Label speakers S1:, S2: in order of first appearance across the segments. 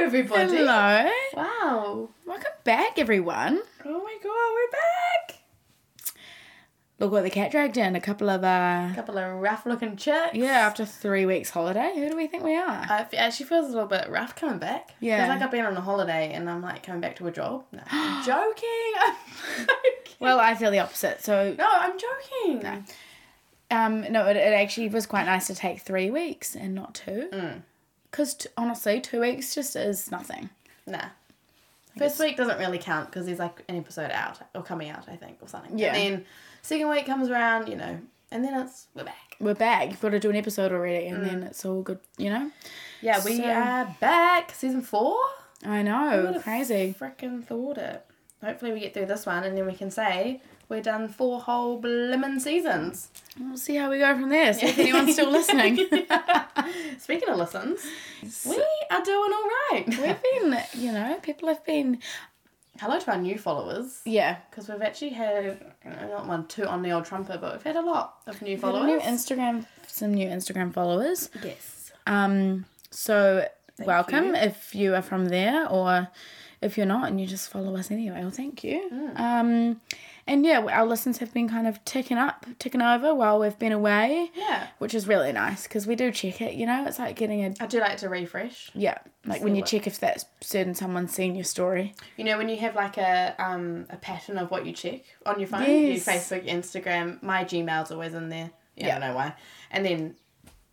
S1: everybody.
S2: Hello.
S1: Wow.
S2: Welcome back, everyone.
S1: Oh my god, we're back.
S2: Look what the cat dragged in. A couple of, uh,
S1: couple of rough looking chicks.
S2: yeah, after three weeks holiday, who do we think we are?
S1: Uh, It actually feels a little bit rough coming back.
S2: Yeah.
S1: Feels like I've been on a holiday and I'm like coming back to a job. No, I'm joking. I'm joking.
S2: Well, I feel the opposite. So,
S1: no, I'm joking. No.
S2: um, no, it, it actually was quite nice to take three weeks and not two. Because t- honestly, two weeks just is nothing.
S1: Nah. First week doesn't really count because there's like an episode out or coming out, I think, or something.
S2: Yeah.
S1: And then second week comes around, you know, and then it's we're back.
S2: We're back. You've got to do an episode already, and then it's all good, you know?
S1: Yeah, we
S2: So-
S1: are back. Season four.
S2: I know.
S1: would've-
S2: Oh, Crazy.
S1: Freaking thought it. Hopefully we get through this one and then we can say we're done four whole blimmin' seasons.
S2: We'll see how we go from there. See if anyone's still listening.
S1: Speaking of listens, we are doing all right.
S2: We've been, you know, people have been,
S1: Hello to our new followers.
S2: yeah,
S1: Because we've actually had, you know, not one, two on the old trumpet, but we've had a lot of new
S2: Got
S1: followers.
S2: a New Instagram, some new Instagram followers.
S1: yes.
S2: Um, so welcome
S1: you.
S2: if you are from there, or if you're not and you just follow us anyway. Well, thank you.
S1: Mm.
S2: Um, and yeah, our listens have been kind of ticking up, ticking over while we've been away,
S1: Yeah.
S2: which is really nice because we do check it. You know, it's like getting a
S1: I do like to refresh.
S2: yeah, like when
S1: See
S2: you
S1: what-
S2: check if that certain someone's seen your story.
S1: You know, when you have like a um a pattern of what you check on your phone,
S2: Yes.
S1: your Facebook, Instagram, my Gmail's always in there. Yeah, I don't know why. And then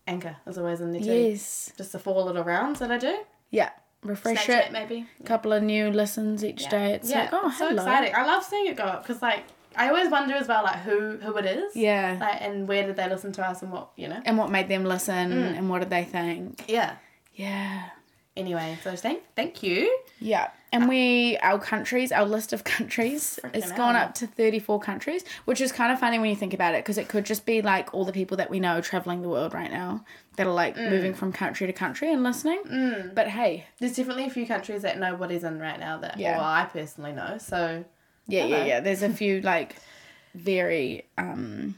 S1: Anchor is always in there too.
S2: Yes.
S1: Just the four little rounds that I do.
S2: Yeah. Refresh
S1: Snapchat
S2: it.
S1: maybe.
S2: couple of new listens each day. It's like, oh,
S1: it's so
S2: hello.
S1: exciting. I love seeing it go up because like I always wonder as well like who who it is.
S2: Yeah.
S1: Like and where did they listen to us and what you know.
S2: and what made them listen and what did they think.
S1: Yeah.
S2: Yeah.
S1: Anyway, so thank thank you.
S2: Yeah. And we, our countries, our list of countries, it's
S1: Frickin'
S2: gone
S1: hell.
S2: up to 34 countries, which is kind of funny when you think about it because it could just be like all the people that we know traveling the world right now that are like moving from country to country and listening. Mm. But hey,
S1: There's definitely a few countries that nobody's in right now that
S2: Yeah.
S1: well I personally know. So
S2: yeah, yeah,
S1: Hello.
S2: yeah. There's a few like very, um,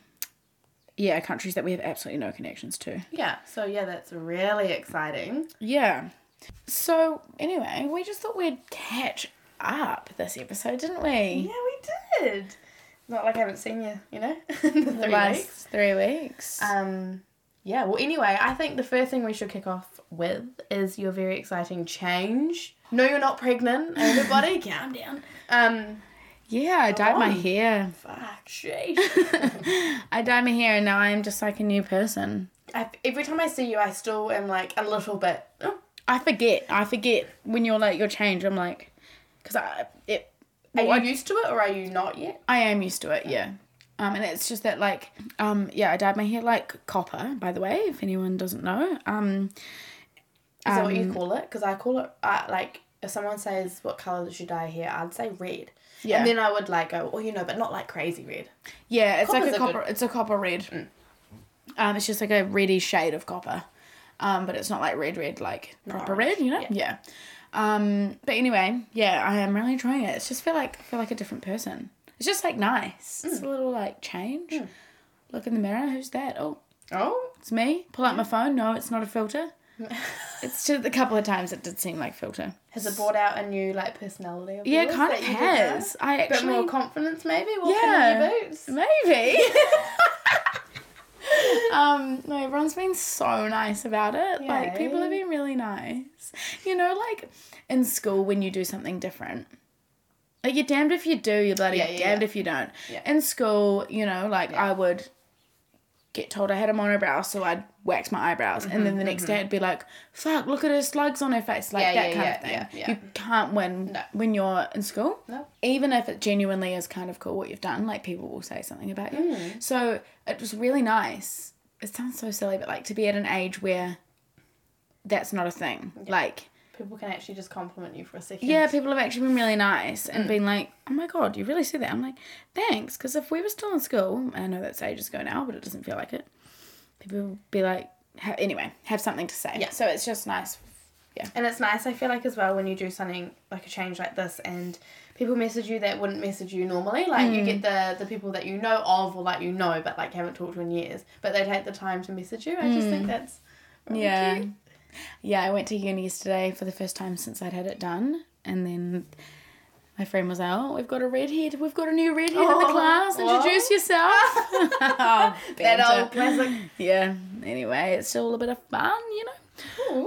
S2: yeah, countries that we have absolutely no connections to.
S1: yeah, so yeah, that's really exciting.
S2: Yeah. So anyway, we just thought we'd catch up this episode, didn't we?
S1: Yeah, we did. Not like I haven't seen you, you know, in the
S2: The
S1: three
S2: last
S1: weeks.
S2: three weeks.
S1: Um, yeah. Well, anyway, I think the first thing we should kick off with is your very exciting change. No, you're not pregnant. Everybody, calm down. Um,
S2: yeah, I dyed my
S1: on.
S2: hair.
S1: fuck, sheesh.
S2: I dyed my hair and now I'm just like a new person.
S1: I, every time I see you, I still am like a little bit. Oh,
S2: I forget. I forget when you're like your change. I'm like, because I it
S1: are
S2: well, I,
S1: you used to it or are you not yet?
S2: I am used to it. Yeah. Um, and it's just that like um yeah I dyed my hair like copper by the way if anyone doesn't know um
S1: Is that what you call it? Because I call it uh, like if someone says what color should I hair, I'd say red.
S2: Yeah.
S1: And then I would like go, oh, you know, but not like crazy red.
S2: Yeah, it's like a
S1: Copper's a good- Mm.
S2: copper. It's a copper red. Um, it's just like a reddy shade of copper. Um, but it's not like red, red, like proper
S1: orange,
S2: red, you know. Yeah. Um, but anyway, yeah, I am really enjoying it. It's just feel like I feel like a different person. It's just like nice.
S1: Mm.
S2: It's a little like change. Look in the mirror. Who's that? Oh,
S1: Oh.
S2: it's me. Pull out my phone. No, it's not a filter. It's just a couple of times it did seem like filter.
S1: Has it brought out a new like personality? Of
S2: Yeah,
S1: yours
S2: kind of
S1: that you didn't know?
S2: has. I
S1: bit
S2: actually
S1: more confidence maybe walking
S2: Yeah.
S1: in your boots.
S2: Maybe. um, no, everyone's been so nice about it. Like people have
S1: Yay.
S2: been really nice. You know, like in school when you do something different. Like you're damned if you do, you're bloody
S1: Yeah, yeah,
S2: damned
S1: yeah.
S2: if you don't.
S1: Yeah.
S2: In school, you know, like I would get told I had a monobrow, so I'd wax my eyebrows, and then the next day I'd be like, "Fuck, look at her slugs on her face," like
S1: Mm-hmm, Yeah,
S2: that
S1: yeah,
S2: kind
S1: yeah,
S2: of thing.
S1: yeah, yeah.
S2: You can't win
S1: No.
S2: when you're in school
S1: No.
S2: even if it genuinely is kind of cool what you've done, like people will say something about you.
S1: Hmm.
S2: So it was really nice. It sounds so silly, but like to be at an age where that's not a thing. Like,
S1: People can actually just compliment you for a second.
S2: yeah, people have actually been really nice
S1: Hmm.
S2: and been like, oh my God, you really see that? I'm like, thanks. Because if we were still in school, I know that's ages ago now, but it doesn't feel like it. People would be like, ha- anyway, have something to say.
S1: Yeah.
S2: So it's just nice.
S1: And it's nice I feel like as well when you do something like a change like this and people message you that wouldn't message you normally. Like you get
S2: Mm.
S1: the the people that you know of or like you know
S2: Mm.
S1: but like haven't talked to in years. But they take the time to message you. I just think that's really
S2: Yeah.
S1: cute.
S2: Yeah, I went to uni yesterday for the first time since I'd had it done, and then my friend was like, "Oh, we've got a redhead. We've got a new redhead in the
S1: Oh,
S2: class.
S1: what?
S2: Introduce yourself." Oh,
S1: That
S2: banter.
S1: old classic.
S2: Yeah. Anyway, it's still a bit of fun, you know.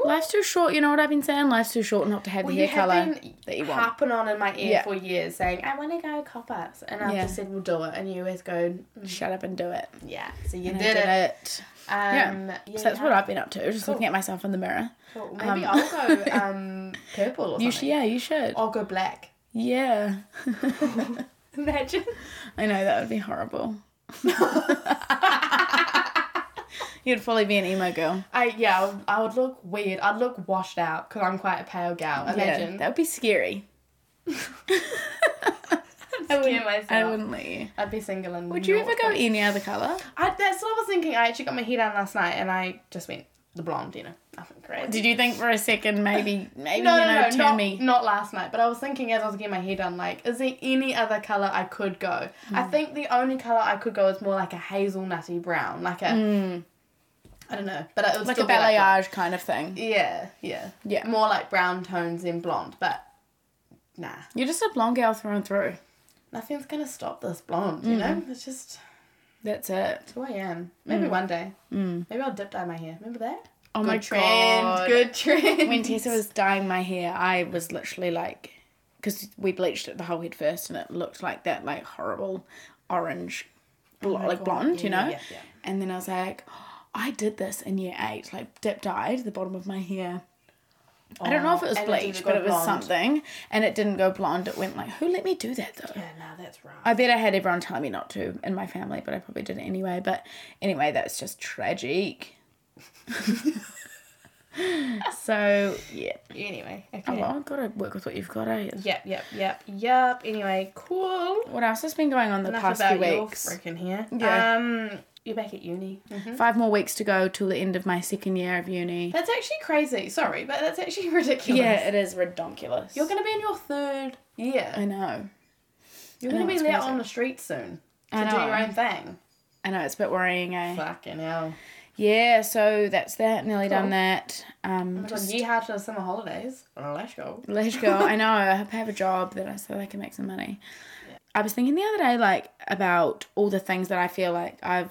S2: Life's too short. You know what I've been saying? Life's too short not to have
S1: Well,
S2: the
S1: you
S2: hair
S1: have
S2: color
S1: been
S2: that you want.
S1: harping on in my ear
S2: Yeah.
S1: for years saying, I want to go coppers. And I've
S2: Yeah.
S1: just said, we'll do it. And you always go, "Mm,
S2: Shut up and do it.
S1: yeah. So you
S2: And I
S1: did, it.
S2: it.
S1: Um,
S2: yeah. So that's what I've been up to. Just
S1: Cool.
S2: looking at myself in the mirror.
S1: Cool.
S2: um,
S1: Maybe I'll go um, purple or
S2: You
S1: something.
S2: should. Yeah, you should.
S1: I'll go black.
S2: Yeah.
S1: Imagine.
S2: I know that would be horrible. You'd probably be an emo girl.
S1: I yeah, I would, I would look weird. I'd look washed out because I'm quite a pale gal. Imagine.
S2: Yeah, that would be scary. I
S1: Scare
S2: wouldn't, I
S1: myself.
S2: wouldn't let you.
S1: I'd be single and.
S2: Would you
S1: not
S2: ever go
S1: fun.
S2: any other color?
S1: I, that's what I was thinking. I actually got my hair done last night and I just went the blonde. You know, nothing crazy.
S2: Did you think for a second maybe maybe
S1: No,
S2: you
S1: no,
S2: know
S1: no,
S2: turn
S1: not,
S2: me?
S1: not last night. But I was thinking as I was getting my hair done, like, is there any other color I could go? I
S2: Hmm.
S1: think the only color I could go is more like a hazelnutty brown, like a, I don't know, but it would
S2: Hmm. like a
S1: still be like
S2: balayage kind of thing.
S1: yeah, yeah,
S2: Yeah.
S1: more like brown tones than blonde. But nah,
S2: You're just a blonde girl through and through.
S1: nothing's gonna stop this blonde. You know,
S2: Mm-hmm.
S1: it's just
S2: That's it.
S1: who I am. Maybe one day. Mm. Maybe I'll dip dye my hair. Remember that?
S2: Oh
S1: Good
S2: my
S1: trend.
S2: god.
S1: Good trend.
S2: When Tessa was dyeing my hair, I was literally like, because we bleached it the whole head first, and it looked like that like horrible orange, bl-
S1: Oh my
S2: like
S1: God.
S2: blonde, you
S1: Yeah,
S2: know.
S1: yeah, yeah.
S2: And then I was like, "Oh, I did this in year eight, like dip dyed the bottom of my hair. I don't know if it was
S1: Oh, and it didn't
S2: bleach,
S1: go
S2: but it was
S1: blonde.
S2: something, and it didn't go blonde. It went like, who let me do that though?
S1: yeah, no, that's right.
S2: I bet I had everyone telling me not to in my family, but I probably did it anyway. But anyway, that's just tragic. so yeah.
S1: Anyway, okay.
S2: Oh, well, I've got to work with what you've got. Eh?
S1: Yep, yep, yep, yep. Anyway, cool.
S2: What else has been going on the
S1: Enough
S2: past
S1: about
S2: few weeks?
S1: your freaking hair.
S2: Yeah. Mm-hmm.
S1: Um, you're back at uni.
S2: Five more weeks to go till the end of my second year of uni.
S1: That's actually crazy. Sorry, but that's actually ridiculous.
S2: Yeah, it is redonkulous.
S1: You're gonna be in your third year.
S2: I know.
S1: You're
S2: I
S1: gonna
S2: know,
S1: be
S2: it's
S1: there
S2: crazy.
S1: on the street soon to
S2: I
S1: do
S2: know.
S1: your own thing.
S2: I know it's a bit worrying, eh?
S1: Fucking hell.
S2: Yeah. So that's that. Nearly
S1: Cool.
S2: done that. Um,
S1: Oh my
S2: just
S1: God, yeehaw to the summer holidays. Well, let's go.
S2: Let's go. I know. I hope I have a job that I so that I can make some money. I was thinking the other day, like about all the things that I feel like I've,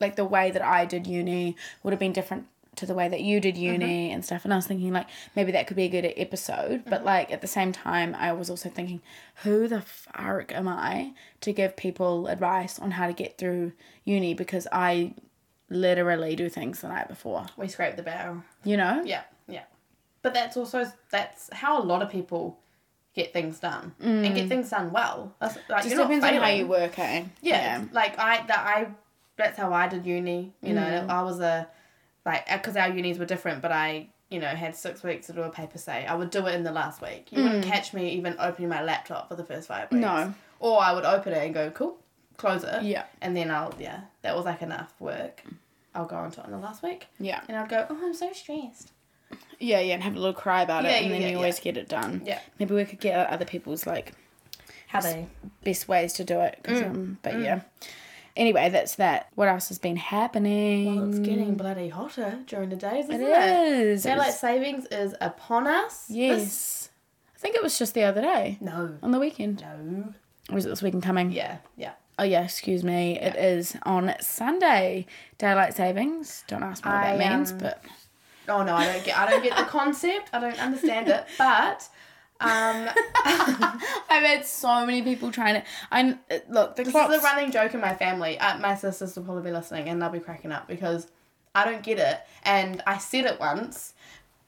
S2: like the way that I did uni would have been different to the way that you did uni
S1: Mm-hmm.
S2: and stuff. And I was thinking like maybe that could be a good episode. But like at the same time, I was also thinking, who the fuck am I to give people advice on how to get through uni? Because I literally do things the night before.
S1: We scraped the barrel.
S2: You know?
S1: Yeah, yeah. But that's also that's how a lot of people get things done and get things done well. That's, like,
S2: Mm. Just
S1: you're not
S2: depends on how
S1: failing.
S2: you work, eh?
S1: yeah, like i that i that's how i did uni you know
S2: Mm.
S1: i was a like because our unis were different but i you know had six weeks to do a paper say i would do it in the last week you wouldn't catch me even opening my laptop for the first five weeks
S2: Mm. No.
S1: or i would open it and go cool close it
S2: Yeah.
S1: and then i'll yeah that was like enough work i'll go on to it in the last week
S2: Yeah.
S1: and i'd go oh i'm so stressed
S2: Yeah, yeah, and have a little cry about
S1: Yeah,
S2: it, and
S1: yeah,
S2: then
S1: yeah,
S2: you always get it done.
S1: Yeah.
S2: Maybe we could get other people's like
S1: how they
S2: best ways to do it. 'cause, um, but yeah. Anyway, that's that. What else has been happening?
S1: well, it's getting bloody hotter during the days isn't
S2: It
S1: it,
S2: is.
S1: daylight
S2: It's-
S1: savings is upon us This-
S2: yes. I think it was just the other day
S1: no
S2: on the weekend,
S1: no
S2: or was it this weekend coming?
S1: yeah yeah
S2: Oh yeah, excuse me. It is on Sunday. Daylight savings. Don't ask me what that
S1: I,
S2: means,
S1: um,
S2: but
S1: Oh no, I don't get. I don't get the concept. I don't understand it. But um,
S2: I've had so many people trying to. I look the
S1: this
S2: clocks.
S1: is a running joke in my family. Uh, my sisters will probably be listening, and they'll be cracking up because I don't get it. And I said it once,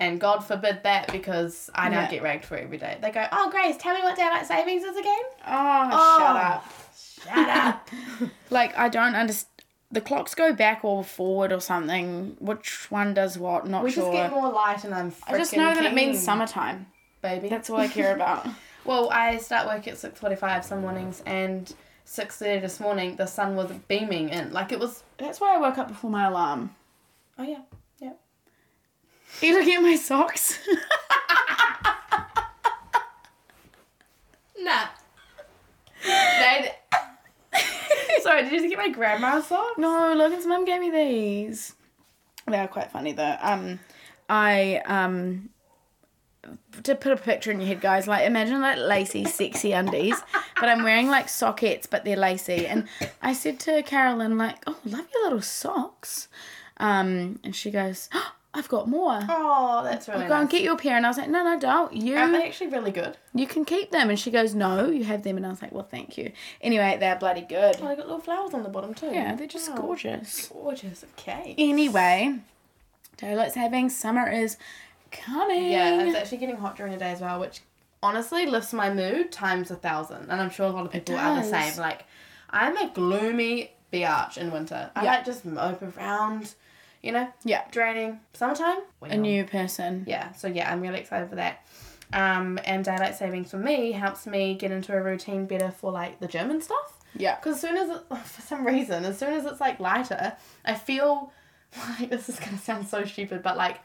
S1: and God forbid that because I now
S2: Yeah.
S1: get ragged for it every day. They go, "Oh, Grace, tell me what daylight savings is again."
S2: oh,
S1: Oh,
S2: shut up.
S1: Shut up.
S2: Like I don't understand. The clocks go back or forward or something. Which one does what? Not
S1: we
S2: sure.
S1: just get more light, and I'm.
S2: I just know
S1: frickin'
S2: that it means
S1: keen,
S2: summertime.
S1: baby.
S2: That's all I care about.
S1: Well, I start work at six forty-five some mornings, and six thirty this morning, the sun was beaming in, like it was.
S2: That's why I woke up before my alarm.
S1: Oh yeah, yeah.
S2: Are you looking at my socks?
S1: Nah. they Sorry, did you just get my grandma's sock?
S2: no, Logan's mum gave me these. They are quite funny though. Um, I um to put a picture in your head, guys, like imagine like lacy, sexy undies, but I'm wearing like sockets, but they're lacy. And I said to Carolyn, like, "Oh, love your little socks," um, and she goes, oh, "I've got more."
S1: Oh, that's really
S2: Go
S1: nice.
S2: and get you a pair, and I was like, "No, no, don't. You
S1: Aren't they actually really good?
S2: you can keep them." And she goes, "No, you have them." And I was like, "Well, thank you." Anyway, they're bloody good.
S1: Oh, they got little flowers on the bottom too.
S2: Yeah, they're just
S1: Wow.
S2: gorgeous.
S1: Gorgeous. Okay.
S2: Anyway, Charlotte's having summer is coming.
S1: Yeah, it's actually getting hot during the day as well, which honestly lifts my mood times a thousand. And I'm sure a lot of people are the
S2: does.
S1: same. Like, I'm a gloomy biatch in winter. I
S2: Yeah.
S1: like just mope around, you know,
S2: yeah,
S1: draining. Summertime?
S2: a new person.
S1: yeah so yeah i'm really excited for that um, and daylight savings for me helps me get into a routine better for like the gym and stuff
S2: Yeah.
S1: because as soon as it, for some reason as soon as it's like lighter i feel like this is going to sound so stupid but like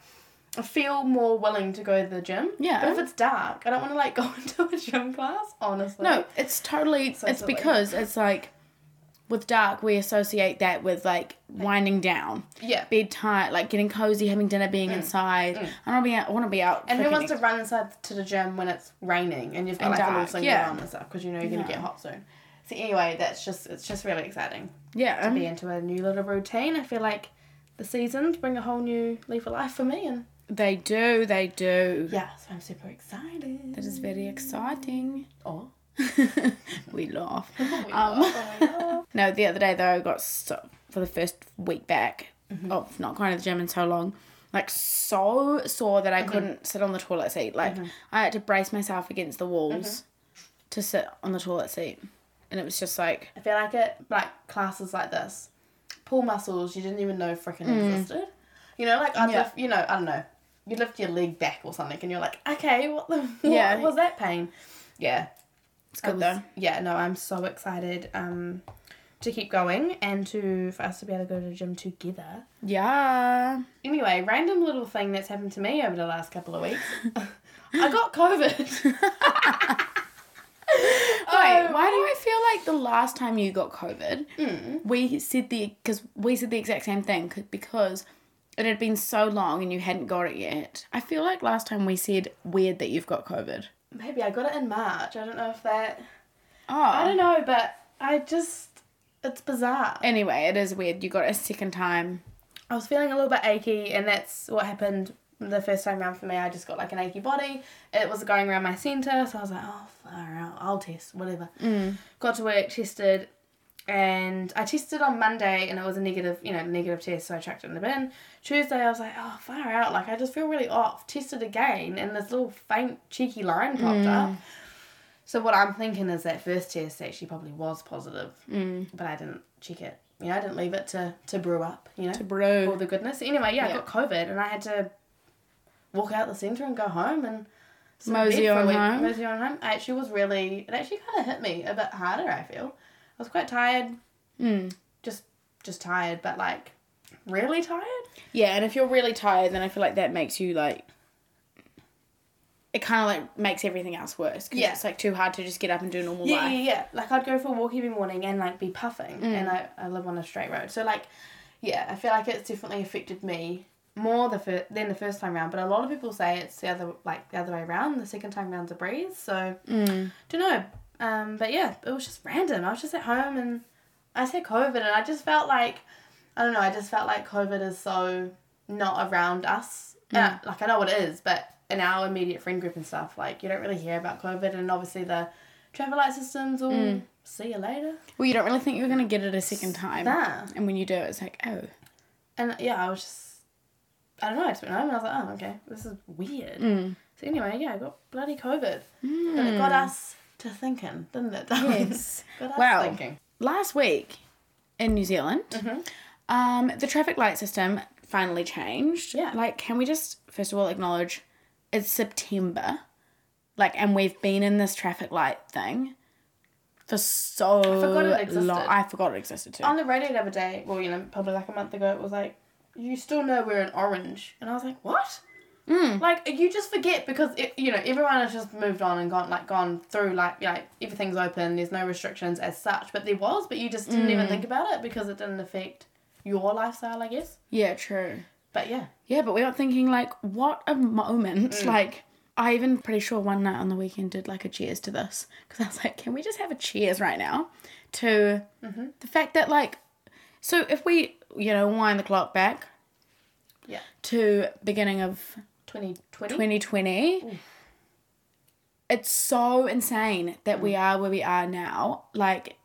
S1: i feel more willing to go to the gym
S2: Yeah.
S1: but if it's dark i don't want to like go into a gym class honestly
S2: No, it's totally.
S1: So
S2: it's
S1: silly.
S2: because it's like with dark, we associate that with like winding down,
S1: yeah
S2: bedtime, like getting cozy, having dinner, being inside. I want to be out. I want to be out.
S1: Mm. and who
S2: freaking
S1: wants to run inside to the gym when it's raining and you've got
S2: And
S1: like a little
S2: dark,
S1: singlet
S2: yeah.
S1: on and stuff because you know you're gonna
S2: No.
S1: get hot soon so anyway that's just it's just really exciting
S2: Yeah.
S1: to be into a new little routine. I feel like the seasons bring a whole new leaf of life for me, and
S2: They do. They do.
S1: yeah, so I'm super excited.
S2: That is very exciting.
S1: Oh,
S2: we laugh.
S1: we
S2: Um,
S1: laugh, oh my God.
S2: No, the other day though, I got so, for the first week back
S1: Mm-hmm.
S2: of not going to the gym in so long, like so sore that I
S1: Mm-hmm.
S2: couldn't sit on the toilet seat. Like I had to brace myself against the walls
S1: Mm-hmm.
S2: to sit on the toilet seat, and it was just like
S1: I feel like it like classes like this, pull muscles you didn't even know freaking existed. You know, like I
S2: Mm. Yeah.
S1: lift, you know, I don't know, you lift your leg back or something, and you're like, okay, what the what
S2: Yeah.
S1: was that pain? Yeah,
S2: it's good
S1: I was-
S2: though.
S1: Yeah, no, I'm so excited um to keep going and to for us to be able to go to the gym together.
S2: Yeah,
S1: Anyway, random little thing that's happened to me over the last couple of weeks. I got COVID. Oh,
S2: Wait, why do I feel like the last time you got COVID,
S1: Mm.
S2: we said the because we said the exact same thing 'cause- because it had been so long and you hadn't got it yet. I feel like last time we said weird that you've got COVID.
S1: Maybe I got it in March. I don't know if that.
S2: Oh,
S1: I don't know, but I just. It's bizarre.
S2: Anyway, it is weird. You got it a second time.
S1: I was feeling a little bit achy, and that's what happened the first time round for me. I just got like an achy body. It was going around my centre, so I was like, oh, far out. I'll test, whatever. Got to work, tested, and I tested on Monday, and it was a negative, you know, negative test, so I chucked it in the bin. Tuesday, I was like, oh, far out. Like, I just feel really off. Tested again, and this little faint, cheeky line popped up. So what I'm thinking is that first test actually probably was positive, mm. but I didn't check it. You know, I didn't leave it to, to brew up, you know?
S2: To
S1: all
S2: brew.
S1: the goodness. Anyway, yeah,
S2: Yeah.
S1: I got COVID and I had to walk out the centre and go home and sit in
S2: Mosey
S1: bed for a
S2: on
S1: week.
S2: home.
S1: Mosey on home. I actually was really. It actually kind of hit me a bit harder. I feel I was quite tired,
S2: Mm.
S1: just just tired, but like really tired.
S2: Yeah, and if you're really tired, then I feel like that makes you like. It kind of like makes everything else worse. 'cause
S1: Yeah.
S2: It's like too hard to just get up and do normal
S1: Yeah,
S2: life. Mm.
S1: yeah, yeah. Like I'd go for a walk every morning and like be puffing, and I, I live on a straight road, so like, yeah, I feel like it's definitely affected me more the fir- than the first time round. But a lot of people say it's the other like the other way round. The second time round's a breeze, so
S2: Mm.
S1: don't know. Um, but yeah, it was just random. I was just at home and I said COVID, and I just felt like I don't know. I just felt like COVID is so not around us. Uh,
S2: Mm.
S1: like I know it is, but in our immediate friend group and stuff, like you don't really hear about COVID, and obviously the travel light systems all see you later.
S2: Well, you don't really think you're going to get it a second time.
S1: Nah.
S2: And when you do, it's like, oh.
S1: And yeah, I was just. I don't know, I just went home and I was like, oh, okay, this is weird.
S2: Mm.
S1: So, anyway, yeah, I got bloody COVID. But it got us to thinking, didn't it? darling?
S2: Mm. Yes.
S1: got us
S2: Wow.
S1: thinking.
S2: Last week in New Zealand,
S1: Mm-hmm.
S2: um, the traffic light system finally changed.
S1: Yeah.
S2: Like, can we just, first of all, acknowledge it's September? Like, and we've been in this traffic light thing for so
S1: forgot it existed. Um,
S2: long. I forgot it existed too.
S1: on the radio the other day, well, you know, probably like a month ago, it was like, you still know we're in orange. And I was like, what?
S2: Hmm.
S1: Like, you just forget because, it, you know, everyone has just moved on and gone, like, gone through, like, like, everything's open, there's no restrictions as such. But there
S2: Hmm.
S1: was, but you just didn't even think about it because it didn't affect your lifestyle, I guess.
S2: yeah, true.
S1: But yeah.
S2: Yeah, but we got thinking like, what a moment! Like, I even pretty sure one night on the weekend did like a cheers to this because I was like, can we just have a cheers right now to the fact that like, so if we you know wind the clock back
S1: Yeah.
S2: to beginning of
S1: 2020.
S2: 2020. It's so insane that we are where we are now. Like,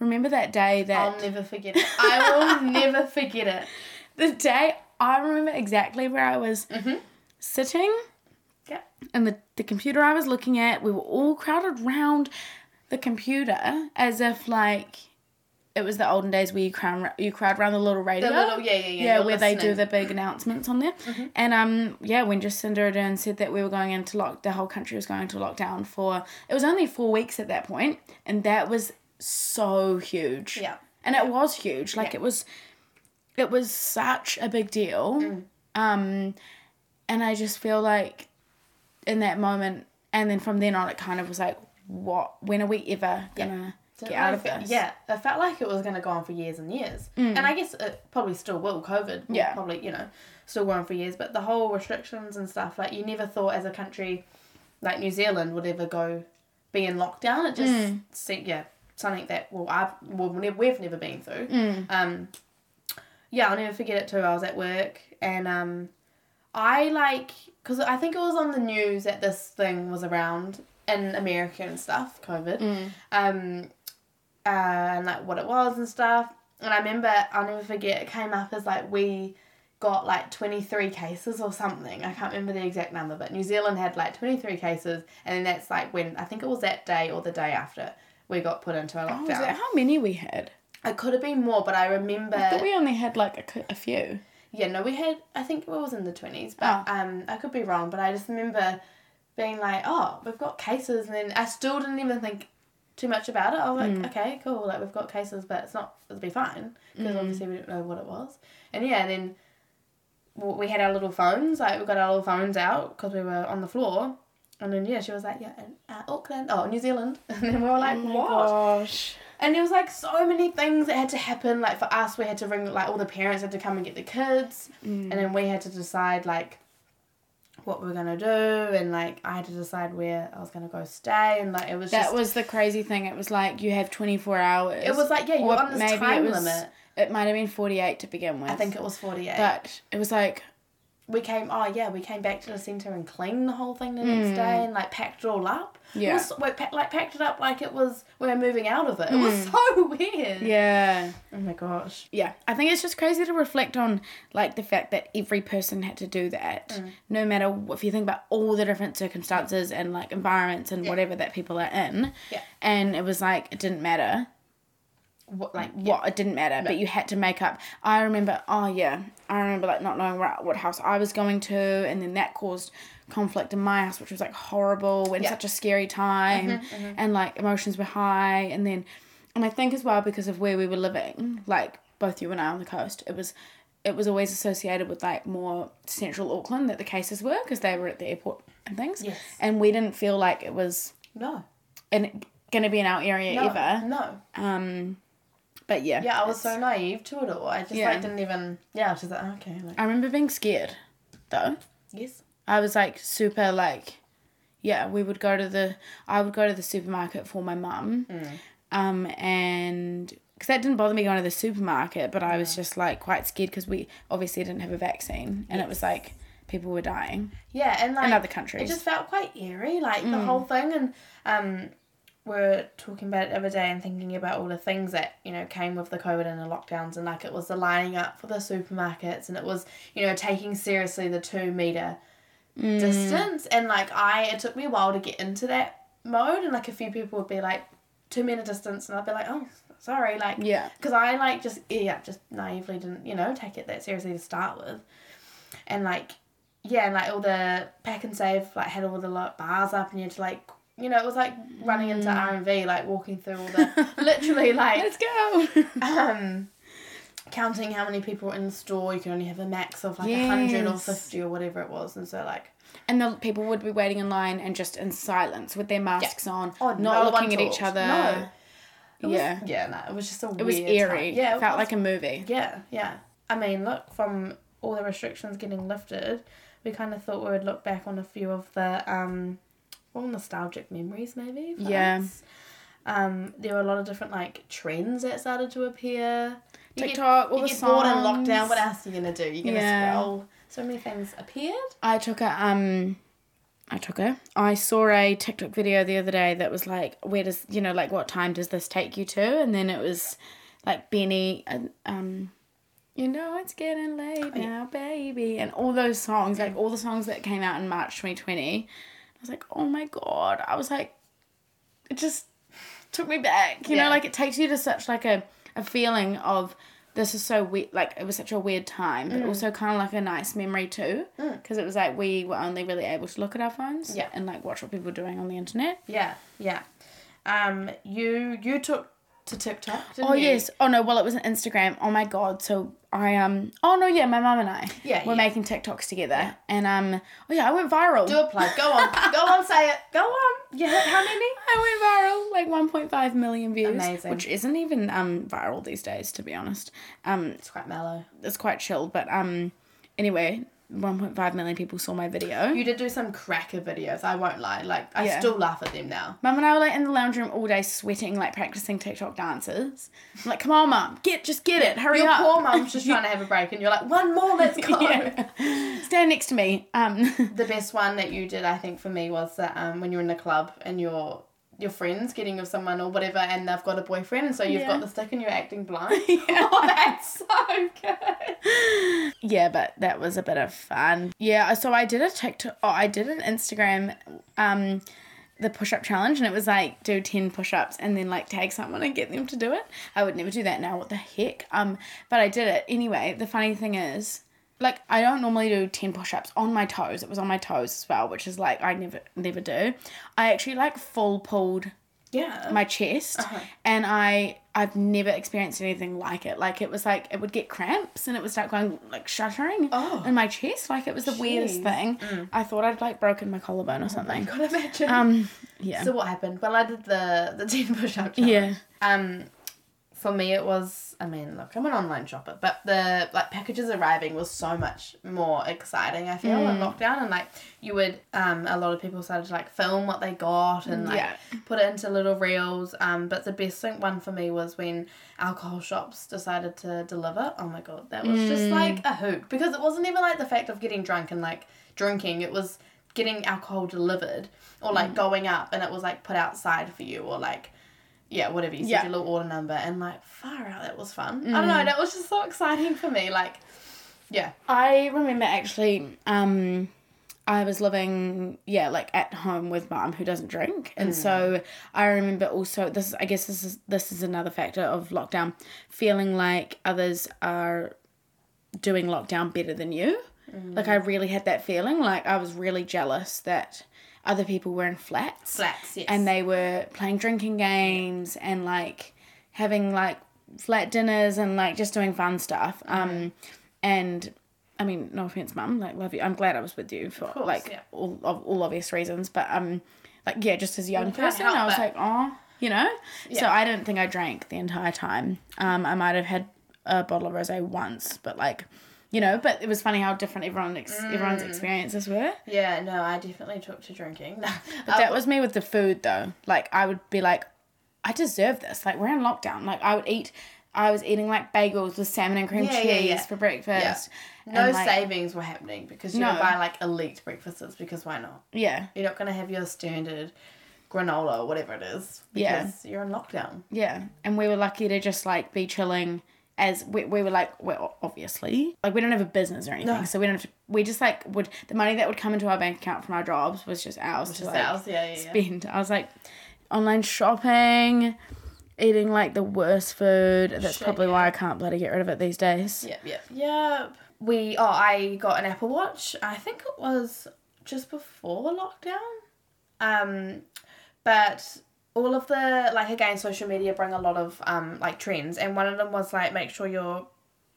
S2: remember that day that
S1: I'll never forget it. I will never forget it.
S2: the day I remember exactly where I was sitting
S1: Yeah.
S2: and the, the computer I was looking at, we were all crowded round the computer as if like it was the olden days where you crowd you crowd around the little radio.
S1: little- yeah, yeah, Mm-hmm. yeah,
S2: Yeah,
S1: you're
S2: where they do
S1: listening.
S2: the big announcements on there. And um yeah, when Jacinda Ardern said that we were going into lock the whole country was going into lockdown for it was only four weeks at that point, and that was so huge.
S1: Yeah.
S2: And it was huge. Like
S1: Yeah.
S2: it was it was such a big deal.
S1: Mm.
S2: Um and I just feel like in that moment and then from then on it kind of was like what when are we ever gonna
S1: Didn't
S2: get out
S1: really
S2: of
S1: fe-
S2: this? Mm.
S1: Yeah, it felt like it was going to go on for years and years. And I guess it probably still will. COVID will
S2: Yeah.
S1: probably, you know, still go on for years. But the whole restrictions and stuff, like, you never thought as a country like New Zealand would ever go be in lockdown. It just
S2: Mm.
S1: seemed, yeah, something that, well, I've, well we've never- we've never been through.
S2: Mm.
S1: Um, yeah, I'll never forget it too. I was at work and um, I like because I think it was on the news that this thing was around in America and stuff, COVID,
S2: Mm.
S1: um, uh, and like what it was and stuff. And I remember I'll never forget it came up as like we got like twenty three cases or something. I can't remember the exact number, but New Zealand had like twenty three cases, and then that's like when I think it was that day or the day after we got put into a
S2: What was
S1: lockdown.
S2: Oh, it? How many we had?
S1: it could have been more, but I remember.
S2: I thought we only had like a, cou- a few.
S1: Yeah, no, we had. I think it was in the twenties, but um, I could be wrong. But I just remember being like, "Oh, we've got cases," and then I still didn't even think too much about it. I was like, "Okay, cool. Like we've got cases, but it's not. It'll be fine because obviously we didn't know what it was." And yeah, and then w- we had our little phones. Like we got our little phones out because we were on the floor. And then yeah, she was like, "Yeah, in, uh, Auckland, oh New Zealand," and then we were like,
S2: Mm,
S1: "What?"
S2: Gosh.
S1: And there was like so many things that had to happen. Like for us, we had to ring like all the parents had to come and get the kids,
S2: Mm.
S1: and then we had to decide like what we were gonna do, and like I had to decide where I was gonna go stay, and like it was
S2: That
S1: just
S2: was the crazy thing. It was like you have 24 hours.
S1: it was like yeah, you're
S2: Or
S1: on this
S2: maybe
S1: time
S2: it was-
S1: limit.
S2: It might have been 48 to begin with.
S1: I think it was forty eight.
S2: But it was like,
S1: we came oh yeah we came back to the center and cleaned the whole thing the next day and like packed it all up It
S2: Mm. Yeah.
S1: was- we pa- like packed it up like it was we were moving out of it it was so weird
S2: Mm. yeah.
S1: oh my gosh
S2: Yeah. I think it's just crazy to reflect on like the fact that every person had to do that.
S1: Mm.
S2: No matter wh- if you think about all the different circumstances and like environments and whatever that people are in.
S1: Yeah.
S2: And it was like, it didn't matter.
S1: what like
S2: what it didn't matter but you had to make up i remember oh yeah i remember like not knowing where, what house i was going to and then that caused conflict in my house which was like horrible and
S1: Yeah. Mm-hmm,
S2: such a scary time and like emotions were high and then and i think as well because of where we were living like both you and i on the coast it was it was always associated with like more central auckland that the cases were because they were at the airport and things
S1: Yes.
S2: and we didn't feel like it was
S1: no
S2: in, gonna be in our area
S1: no,
S2: ever
S1: no
S2: um but yeah
S1: Yeah, I was so naive to it all. I just
S2: Yeah.
S1: like didn't even. Yeah, I was just like "Oh, okay, like
S2: I remember being scared, though.
S1: yes,
S2: I was like super like, yeah. We would go to the I would go to the supermarket for my mum,
S1: Mm.
S2: um, and because that didn't bother me going to the supermarket, but I
S1: Mm.
S2: was just like quite scared because we obviously didn't have a vaccine, and it was like people were dying.
S1: yeah, and like
S2: other countries. Mm.
S1: it just felt quite eerie, like the whole thing. And um, we we're talking about it the other day and thinking about all the things that you know came with the COVID and the lockdowns, and like it was the lining up for the supermarkets, and it was you know taking seriously the two meter
S2: Mm.
S1: distance, and like I, it took me a while to get into that mode, and like a few people would be like two meter distance, and I'd be like, oh, sorry, like
S2: Yeah.
S1: Because I like just yeah, just naively didn't you know take it that seriously to start with, and like yeah, and like all the pack and save like had all the like bars up, and you had to like you know it was like running into
S2: Mm.
S1: R and V, like walking through all the literally like
S2: Let's go.
S1: um counting how many people were in the store. You could only have a max of like a hundred or
S2: Yes.
S1: fifty or whatever it was, and so like
S2: and the people would be waiting in line and just in silence with their masks on,
S1: oh,
S2: not
S1: no one
S2: looking at each
S1: talked.
S2: other.
S1: No. It was-
S2: Yeah,
S1: yeah, no, it was just a
S2: it was eerie.
S1: Yeah,
S2: Yeah,
S1: it
S2: felt
S1: was
S2: like a movie.
S1: Yeah, yeah. I mean, look, from all the restrictions getting lifted, we kind of thought we would look back on a few of the um, well, nostalgic memories maybe. for
S2: Yeah.
S1: us. Um, there were a lot of different like trends that started to appear. You get-
S2: TikTok, all
S1: you
S2: the
S1: get bored in
S2: songs.
S1: lockdown. What else are you gonna do? You're gonna
S2: Yeah.
S1: scroll. So many things appeared.
S2: I took a um I took a I saw a TikTok video the other day that was like where does you know like what time does this take you to and then it was like Benny and um you know it's getting late now baby and all those songs like all the songs that came out in March 2020 I was like oh my god I was like it just took me back you
S1: Yeah.
S2: know like it takes you to such like a a feeling of this is so weird like it was such a weird time but also kind of like a nice memory too because it was like we were only really able to look at our phones
S1: Yeah.
S2: and like watch what people were doing on the internet
S1: Yeah, yeah. Um, you you took to TikTok. Didn't
S2: oh
S1: you?
S2: yes oh no well it was an instagram oh my god so i um oh no yeah my mum and i
S1: Yeah,
S2: were
S1: yeah.
S2: making tiktoks together and um oh yeah i went viral
S1: Do a plug. Go on. Go on. Say it. Go on. Yeah. How many?
S2: I went viral, like 1.5 million views,
S1: Amazing.
S2: which isn't even um viral these days, to be honest. Um,
S1: It's quite mellow.
S2: it's quite chill, but um, anyway, 1.5 million people saw my video.
S1: You did do some cracker videos. I won't lie. Like I
S2: Yeah.
S1: still laugh at them now.
S2: Mum and I were like in the lounge room all day sweating, like practicing TikTok dances. I'm like, come on, mum, get just get it, hurry
S1: Your
S2: up.
S1: poor mum's just trying to have a break, and you're like, one more. Let's go.
S2: Yeah. Stand next to me. Um,
S1: The best one that you did, I think, for me was that um, when you're in the club and you're your friends getting with someone or whatever, and they've got a boyfriend, and so you've
S2: Yeah.
S1: got the stick and you're acting blind.
S2: Yeah.
S1: Oh, that's so good.
S2: yeah, but that was a bit of fun. Yeah, so I did a TikTok. Oh, I did an Instagram. Um, the push up challenge, and it was like do ten push ups and then like tag someone and get them to do it. I would never do that now. What the heck? Um, but I did it anyway. The funny thing is, like I don't normally do 10 push-ups on my toes. It was on my toes as well, which is like I never never do. I actually like full pulled
S1: Yeah.
S2: my chest
S1: Uh-huh.
S2: and I I've never experienced anything like it. Like it was like it would get cramps and it would start going like shuddering
S1: Oh.
S2: in my chest. Like it was the weirdest
S1: Jeez. Mm. Oh
S2: thing. I thought I'd like broken my collarbone or something.
S1: God, imagine.
S2: Um yeah.
S1: So what happened? Well, I did the the ten push up challenge.
S2: yeah.
S1: Um, for me, it was. I mean, look, I'm an online shopper, but the like packages arriving was so much more exciting. I feel in lockdown, and like you would, um, a lot of people started to like film what they got and like
S2: Yeah.
S1: put it into little reels. Um, but the best thing one for me was when alcohol shops decided to deliver. Oh my god, that was just like a hoot because it wasn't even like the fact of getting drunk and like drinking. It was getting alcohol delivered or like going up and it was like put outside for you or like yeah whatever you said
S2: Yeah. Mm.
S1: your little order number and like far out that was fun i don't know that was just so exciting for me like yeah
S2: I remember actually, um, I was living, yeah, like at home with mum who doesn't drink, and so I remember also this. I guess this is this is another factor of lockdown, feeling like others are doing lockdown better than you. Like I really had that feeling. Like I was really jealous that other people were in flats
S1: slacks yes
S2: and they were playing drinking games and like having like flat dinners and like just doing fun stuff. Um, and I mean, no offense, mum, like love you. I'm glad I was with you for
S1: course,
S2: like
S1: yeah.
S2: all of all obvious reasons, but um, like yeah, just as a young
S1: you can't
S2: person,
S1: help
S2: I was
S1: but-
S2: like, oh, you know. So I don't think I drank the entire time. Um, I might have had a bottle of rosé once, but like. You know, but it was funny how different everyone ex-
S1: Mm.
S2: everyone's experiences were.
S1: yeah no i definitely took to drinking
S2: But
S1: Oh.
S2: that was me with the food though. Like I would be like, I deserve this. Like we're in lockdown. Like I would eat. I was eating like bagels with salmon and cream
S1: Yeah,
S2: cheese
S1: yeah, yeah.
S2: for breakfast.
S1: no
S2: And, like,
S1: savings were happening because you
S2: No.
S1: would buy like elite breakfasts because why not
S2: Yeah,
S1: you're not going to have your standard granola or whatever it is
S2: Yeah.
S1: because you're in lockdown
S2: yeah. And we were lucky to just like be chilling. As we, we were like, we're o- obviously like we don't have a business or anything, so we don't. Have to, we just like would the money that would come into our bank account from our jobs was just ours to like
S1: Sales, yeah, yeah, yeah.
S2: spend. I was like, online shopping, eating like the worst food. That's
S1: Shit,
S2: probably
S1: yeah.
S2: why I can't bloody get rid of it these days.
S1: Yep, yep, yep. We oh, I got an Apple Watch. I think it was just before lockdown. Um, but all of the like again, social media bring a lot of um like trends, and one of them was like make sure you're.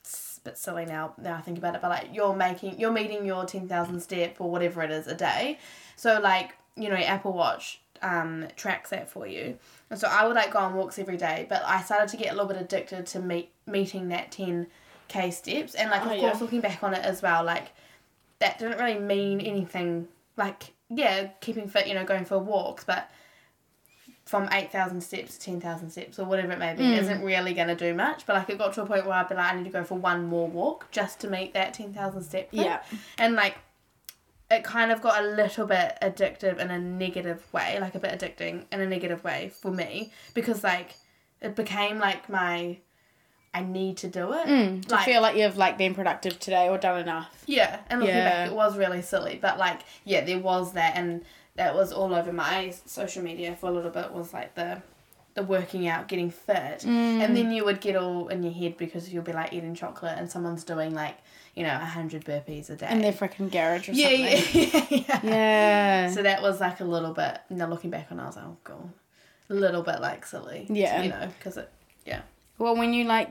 S1: It's a bit silly now. Now I think about it, but like you're making, you're meeting your ten thousand step or whatever it is a day. So like you know, your Apple Watch um tracks that for you. And so I would like go on walks every day, but I started to get a little bit addicted to meet meeting that ten K steps. And like, of
S2: Oh, yeah.
S1: course, looking back on it as well, like that didn't really mean anything. Like, yeah, keeping fit, you know, going for walks, but from 8,000 steps to 10,000 steps or whatever it may be
S2: Mm.
S1: isn't really going to do much. But like, it got to a point where I'd be like, I need to go for one more walk just to meet that 10,000 step. thing.
S2: Yeah.
S1: And like, it kind of got a little bit addictive in a negative way, like a bit addicting in a negative way for me because like it became like my I need to do it.
S2: Mm, to feel like you've like been productive today or done enough.
S1: yeah, and looking
S2: Yeah.
S1: back, it was really silly, but like yeah, there was that, and that was all over my social media for a little bit. Was like the the working out, getting fit,
S2: Mm.
S1: and then you would get all in your head because you'll be like eating chocolate, and someone's doing like you know hundred burpees a day.
S2: In their freaking garage or
S1: yeah,
S2: something.
S1: yeah, yeah, yeah.
S2: Yeah.
S1: So that was like a little bit. Now looking back on, it, I was like, oh god, a little bit like silly.
S2: Yeah.
S1: you know, because it. Yeah.
S2: Well, when you like,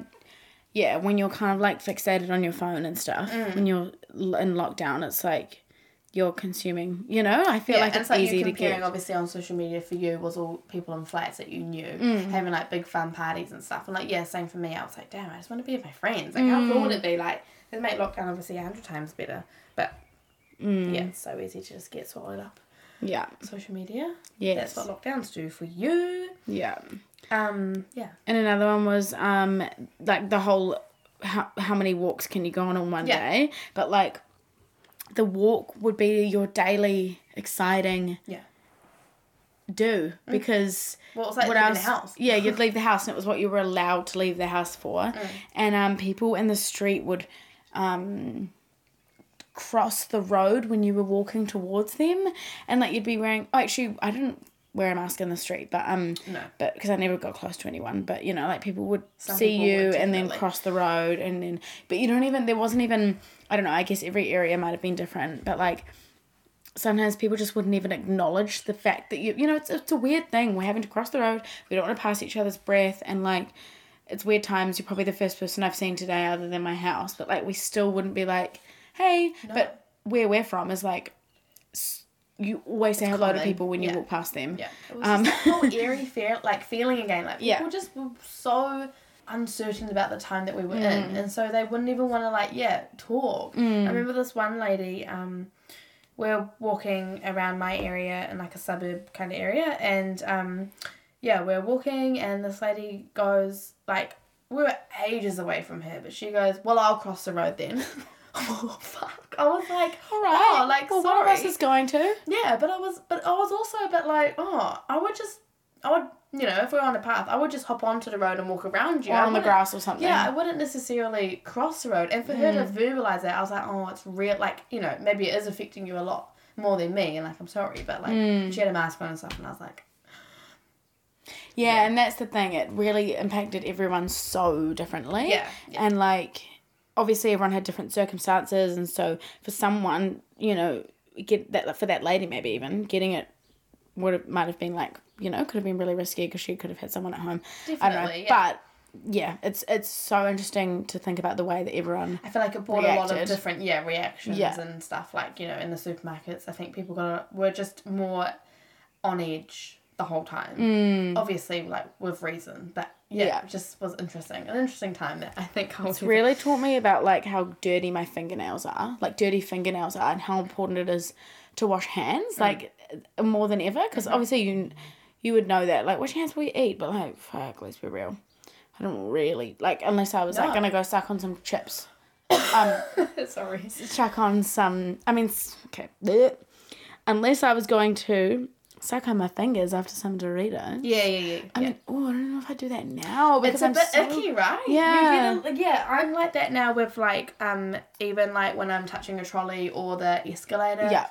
S2: yeah, when you're kind of like fixated on your phone and stuff, when you're l- in lockdown, it's like you're consuming. You know, I feel
S1: yeah,
S2: like
S1: and
S2: it's,
S1: it's like
S2: easy
S1: you're
S2: to
S1: comparing,
S2: get.
S1: obviously, on social media for you was all people in flats that you knew
S2: Mm.
S1: having like big fun parties and stuff. And like, yeah, same for me. I was like, damn, I just want to be with my friends. Like, how cool would
S2: Mm.
S1: it be? Like, it'd make lockdown obviously a hundred times better. But yeah,
S2: Mm.
S1: it's so easy to just get swallowed up.
S2: Yeah.
S1: Social media.
S2: Yes.
S1: That's what lockdowns do for you.
S2: Yeah.
S1: Um. Yeah.
S2: And another one was um like the whole how, how many walks can you go on on one
S1: Yeah.
S2: day? But like the walk would be your daily exciting
S1: Yeah.
S2: do because
S1: Well, it was like
S2: what
S1: leaving
S2: else?
S1: the house.
S2: Yeah, you'd leave the house, and it was what you were allowed to leave the house for.
S1: Mm.
S2: And um, people in the street would um, cross the road when you were walking towards them, and like you'd be wearing. Oh, actually, I didn't wear a mask in the street, but um,
S1: No.
S2: but because I never got close to anyone. But you know, like people would
S1: Some
S2: see
S1: people
S2: you
S1: would,
S2: and then
S1: definitely.
S2: cross the road, and then but you don't even. There wasn't even. I don't know. I guess every area might have been different, but like sometimes people just wouldn't even acknowledge the fact that you you know it's, it's a weird thing we're having to cross the road we don't want to pass each other's breath and like it's weird times you're probably the first person i've seen today other than my house but like we still wouldn't be like hey but where we're from is like s- you always say hello to
S1: common,
S2: people when you
S1: yeah.
S2: walk past them
S1: Yeah. It was
S2: um
S1: just that whole eerie feel, like feeling again. Like people
S2: Yeah.
S1: just were so uncertain about the time that we were in,
S2: Mm.
S1: and so they wouldn't even want to like yeah talk. I remember this one lady. Um, we we're walking around my area in like a suburb kind of area, and um, yeah, we we're walking, and this lady goes like. We were ages away from her, but she goes, "Well, I'll cross the road then." oh fuck! I was like,
S2: all right
S1: "Oh, like
S2: well,
S1: sorry."
S2: one of us is going to
S1: Yeah, but I was, but I was also a bit like, oh, I would just, I would, you know, if we were on a path, I would just hop onto the road and walk around you.
S2: or
S1: I
S2: on the
S1: wouldn't-
S2: grass or something
S1: Yeah, I wouldn't necessarily cross the road. And for her
S2: Mm.
S1: to verbalize that, I was like, oh, it's real. Like, you know, maybe it is affecting you a lot more than me. And like, I'm sorry, but like,
S2: Mm.
S1: she had a mask on and stuff, and I was like,
S2: Yeah, and that's the thing. It really impacted everyone so differently.
S1: Yeah, yeah.
S2: And like, obviously, everyone had different circumstances, and so for someone, you know, get that for that lady maybe even getting it would have might have been like you know could have been really risky because she could have had someone at home. I don't know,
S1: Definitely, yeah.
S2: but yeah, it's it's so interesting to think about the way that everyone.
S1: I feel like it brought a lot of
S2: Reacted.
S1: different yeah reactions
S2: Yeah.
S1: and stuff like you know in the supermarkets I think people got were just more on edge the whole time obviously like with reason but yeah,
S2: Mm. Yeah.
S1: it just was interesting an interesting time that I think I was
S2: Really taught me about like how dirty my fingernails are, like dirty fingernails are, and how important it is to wash
S1: Mm.
S2: hands, like uh, more than ever.
S1: Mm-hmm.
S2: Because obviously you, you would know that, like wash hands before you eat. But like, fuck, let's be real. I don't really like unless I was
S1: No.
S2: like gonna go suck on some chips, um,
S1: sorry
S2: chuck on some. I mean, s- okay, bleh. unless I was going to suck on my fingers after some Dorito.
S1: yeah yeah yeah,
S2: I
S1: yeah.
S2: mean, oh, I don't know if I do that now because
S1: it's a
S2: I'm
S1: bit
S2: so
S1: icky, right? You
S2: Yeah.
S1: get a- like, yeah, I'm like that now with like um even like when I'm touching a trolley or the escalator.
S2: yeah.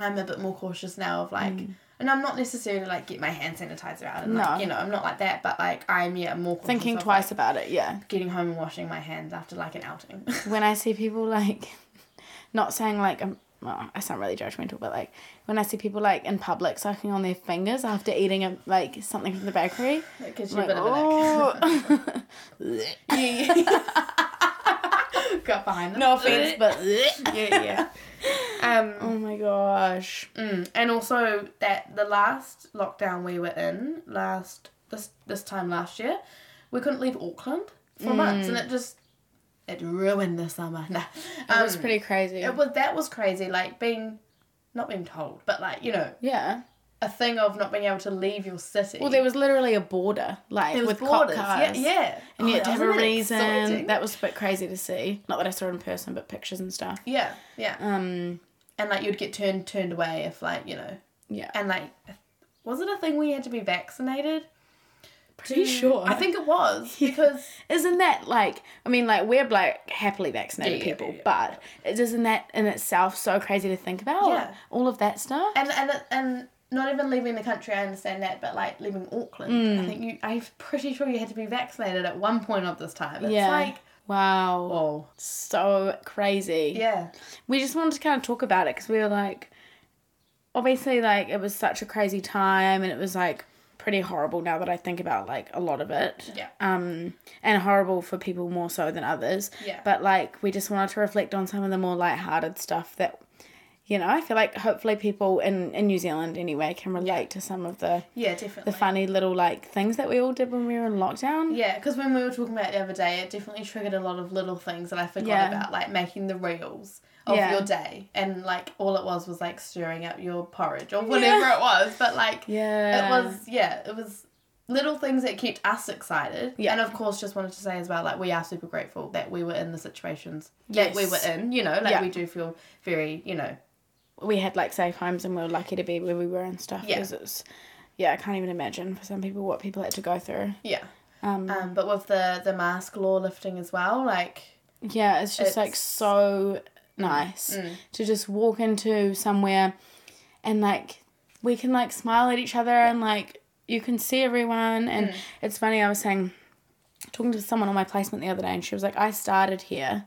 S1: I'm a bit more cautious now of like, and I'm not necessarily like get my hand sanitizer out and
S2: Mm. No.
S1: like you know I'm not like that, but like I'm yeah more cautious
S2: Thinking
S1: of,
S2: twice
S1: like,
S2: about it, yeah.
S1: getting home and washing my hands after like an outing.
S2: when I see people like, not saying like I'm. Well, I sound really judgmental, but like when I see people like in public sucking on their fingers after eating a, like something from the bakery,
S1: it gives
S2: I'm
S1: you a
S2: like,
S1: bit of an
S2: oh.
S1: ick. Got behind them.
S2: no offense, but
S1: yeah, yeah. Um,
S2: oh my gosh,
S1: mm, and also that the last lockdown we were in
S2: Mm.
S1: last this this time last year, we couldn't leave Auckland for months, and it just it ruined the summer. Nah.
S2: It was
S1: Um,
S2: pretty crazy.
S1: it was that was crazy. Like being, not being told, but like you know,
S2: yeah.
S1: a thing of not being able to leave your city.
S2: Well, there was literally a border, like
S1: It was
S2: with
S1: borders.
S2: cop cars.
S1: Yeah, yeah.
S2: And you
S1: Oh,
S2: had to have a
S1: wasn't it
S2: reason.
S1: exciting?
S2: That was a bit crazy to see. Not that I saw it in person, but pictures and stuff.
S1: yeah, yeah.
S2: Um,
S1: and like you'd get turned turned away if like you know,
S2: yeah.
S1: and like, was it a thing where you had to be vaccinated?
S2: Pretty sure.
S1: I think it was because
S2: Isn't that like, I mean, like, we're like happily vaccinated
S1: Yeah, yeah,
S2: people,
S1: yeah,
S2: but it- isn't that in itself so crazy to think about?
S1: Yeah.
S2: All of that stuff?
S1: and and and not even leaving the country. I understand that, but like leaving Auckland,
S2: Mm.
S1: I think you. I'm pretty sure you had to be vaccinated at one point of this time. It's
S2: yeah.
S1: like
S2: wow.
S1: oh
S2: So crazy.
S1: yeah
S2: we just wanted to kind of talk about it because we were like, obviously, like it was such a crazy time, and it was like pretty horrible. Now that I think about like a lot of it,
S1: Yeah.
S2: um, and horrible for people more so than others.
S1: Yeah.
S2: but like we just wanted to reflect on some of the more lighthearted stuff that. You know, I feel like hopefully people in, in New Zealand anyway can relate to some of the,
S1: yeah
S2: the
S1: definitely.
S2: funny little like things that we all did when we were in lockdown.
S1: Yeah, because when we were talking about it the other day, it definitely triggered a lot of little things that I forgot
S2: Yeah.
S1: about, like making the reels of
S2: Yeah.
S1: your day, and like all it was was like stirring up your porridge or whatever it was. But like,
S2: Yeah.
S1: it was yeah, it was little things that kept us excited.
S2: Yeah.
S1: and of course, just wanted to say as well, like we are super grateful that we were in the situations that we
S2: Yes.
S1: were in. You know, like
S2: Yeah.
S1: we do feel very you know
S2: we had like safe homes and we were lucky to be where we were and stuff.
S1: Yeah.
S2: Because it's, yeah, I can't even imagine for some people what people had to go through.
S1: yeah.
S2: Um,
S1: Um, but with the the mask law lifting as well, like
S2: yeah, it's just like
S1: it's- Mm.
S2: so nice to just walk into somewhere and like we can like smile at each other and like you can see everyone. And
S1: Mm.
S2: it's funny, I was saying, talking to someone on my placement the other day and she was like, I started here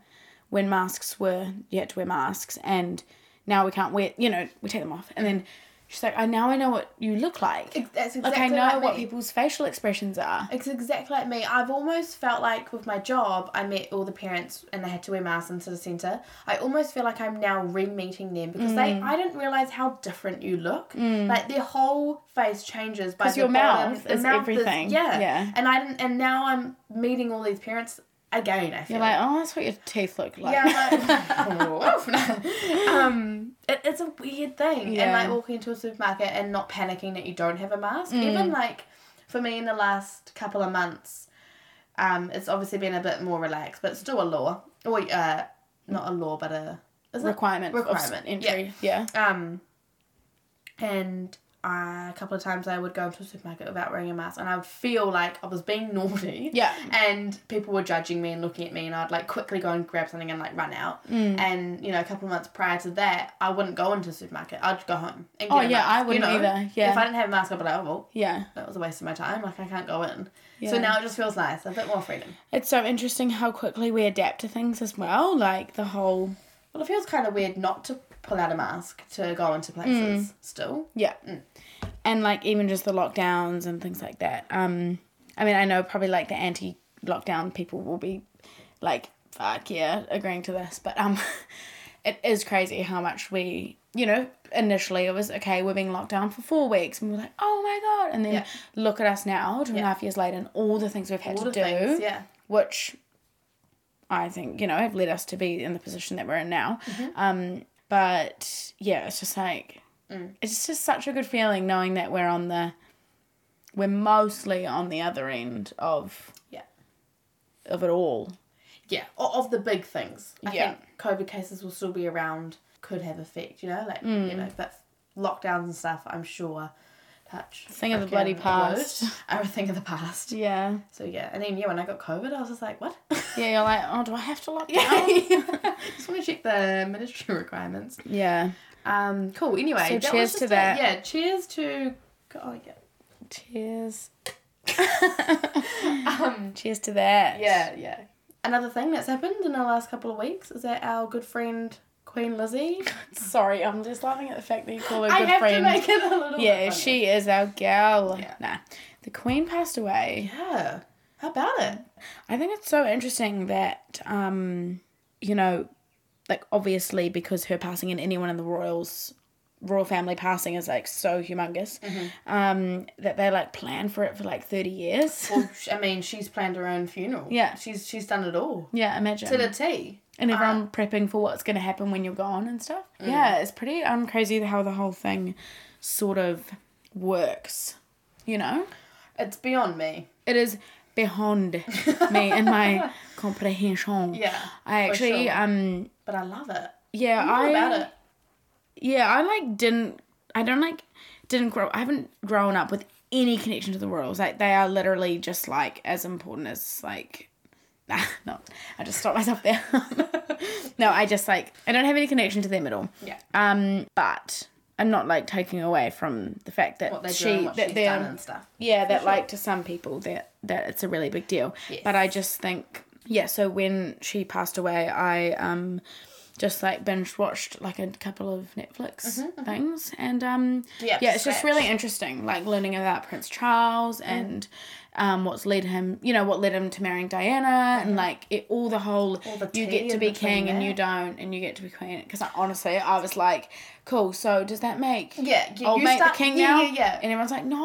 S2: when masks were, you had to wear masks and now we can't wear, you know, we take them off. And then she's like, I now I know what you look like.
S1: that's exactly
S2: like I know
S1: like
S2: what
S1: me.
S2: people's facial expressions are.
S1: It's exactly like me. I've almost felt like with my job, I met all the parents and they had to wear masks into the centre. I almost feel like I'm now re-meeting them because
S2: Mm.
S1: they, I didn't realise how different you look. Like their whole face changes by
S2: 'Cause
S1: the
S2: your
S1: bottom.
S2: mouth
S1: The
S2: is everything.
S1: yeah.
S2: Yeah.
S1: And I didn't, and now I'm meeting all these parents again. I feel
S2: You're like, oh, that's what your teeth look like.
S1: yeah, I'm like, um, it, it's a weird thing. And
S2: Yeah.
S1: like walking into a supermarket and not panicking that you don't have a mask. Even like for me in the last couple of months, um, it's obviously been a bit more relaxed, but it's still a law. Or uh, not a law, but a is it?
S2: requirement,
S1: Requirement,
S2: of s- entry. Yeah.
S1: Um, and uh, a couple of times I would go into a supermarket without wearing a mask, and I would feel like I was being naughty.
S2: Yeah.
S1: And people were judging me and looking at me, and I'd like quickly go and grab something and like run out. Mm. And you know, a couple of months prior to that, I wouldn't go into a supermarket. I'd go home. And
S2: Oh,
S1: get a
S2: yeah,
S1: mask,
S2: I wouldn't either, yeah.
S1: If I didn't have a mask, I'd be like, oh, well,
S2: Yeah.
S1: that was a waste of my time. Like I can't go in.
S2: Yeah.
S1: So now it just feels nice, a bit more freedom.
S2: It's so interesting how quickly we adapt to things as well. Like the whole.
S1: Well, it feels kind of weird not to pull out a mask to go into
S2: Mm.
S1: places. Still.
S2: Yeah. mm. And like even just the lockdowns and things like that. Um, I mean, I know probably like the anti lockdown people will be like, fuck yeah, agreeing to this. But um, it is crazy how much we, you know, initially it was okay, we're being locked down for four weeks and we we're like, oh my God. And then
S1: Yeah.
S2: look at us now, two and a half
S1: Yeah.
S2: years later, and all the things we've had
S1: All
S2: to
S1: the
S2: do.
S1: things. Yeah.
S2: which I think you know have led us to be in the position that we're in now.
S1: Mm-hmm.
S2: Um, but yeah, it's just like
S1: Mm.
S2: it's just such a good feeling knowing that we're on the we're mostly on the other end of
S1: Yeah.
S2: of it all.
S1: Yeah, o- of the big things. I
S2: Yeah.
S1: think COVID cases will still be around, could have effect, you know, like, you know, but lockdowns and stuff, I'm sure, touch.
S2: Thing of the
S1: frickin'
S2: bloody
S1: wood,
S2: past.
S1: are a thing of the past.
S2: Yeah,
S1: So, yeah, and then, yeah, when I got COVID, I was just like, what?
S2: yeah. You're like, oh, do I have to lock down?
S1: Yeah. just want to check the ministry requirements.
S2: yeah.
S1: Um, cool, anyway.
S2: So
S1: that was
S2: cheers to
S1: just a-
S2: that.
S1: yeah, cheers to. Oh, yeah.
S2: Cheers. um, Cheers to that.
S1: Yeah, yeah. Another thing that's happened in the last couple of weeks is that our good friend Queen Lizzie.
S2: Sorry, I'm just laughing at the fact that you call her
S1: I
S2: good
S1: have
S2: friend.
S1: to make it a little.
S2: Yeah,
S1: bit funny.
S2: she is our gal.
S1: Yeah.
S2: Nah. The Queen passed away.
S1: Yeah. How about it?
S2: I think it's so interesting that, um, you know, like obviously because her passing and anyone in the royals royal family passing is like so humongous
S1: Mm-hmm.
S2: um, that they like plan for it for like 30 years.
S1: Well, sh- I mean, she's planned her own funeral.
S2: Yeah.
S1: She's she's done it all.
S2: Yeah, imagine.
S1: To the T.
S2: and everyone prepping for what's going to happen when you're gone and stuff.
S1: Mm.
S2: Yeah, it's pretty um, crazy how the whole thing sort of works, you know?
S1: It's beyond me.
S2: It is beyond me and my comprehension.
S1: Yeah,
S2: I
S1: for
S2: actually
S1: sure.
S2: um
S1: But I love it.
S2: yeah,
S1: What
S2: I
S1: about it?
S2: yeah, I like didn't I don't like didn't grow I haven't grown up with any connection to the royals. Like they are literally just like as important as like nah, no. I just stopped myself there. no, I just like I don't have any connection to them at all.
S1: Yeah.
S2: Um but I'm not like taking away from the fact that
S1: What they do
S2: she
S1: and what
S2: that
S1: she's
S2: they're
S1: done and stuff.
S2: yeah, that like to some people that that it's a really big deal.
S1: Yes.
S2: But I just think yeah, so when she passed away, I um just like binge watched like a couple of Netflix things and um
S1: Mm-hmm, Yeah,
S2: yeah, it's just
S1: scratch. Mm-hmm.
S2: really interesting like learning about Prince Charles and um what's led him, you know, what led him to marrying Diana and like it, all the whole
S1: Mm-hmm. the
S2: you
S1: tea
S2: get to
S1: in
S2: be
S1: between
S2: king and
S1: that.
S2: you don't and you get to be queen because I, honestly I was like cool, so does that make
S1: Yeah, you-
S2: old
S1: you
S2: mate
S1: start-
S2: the king
S1: yeah,
S2: now?
S1: yeah, yeah.
S2: And everyone's like no.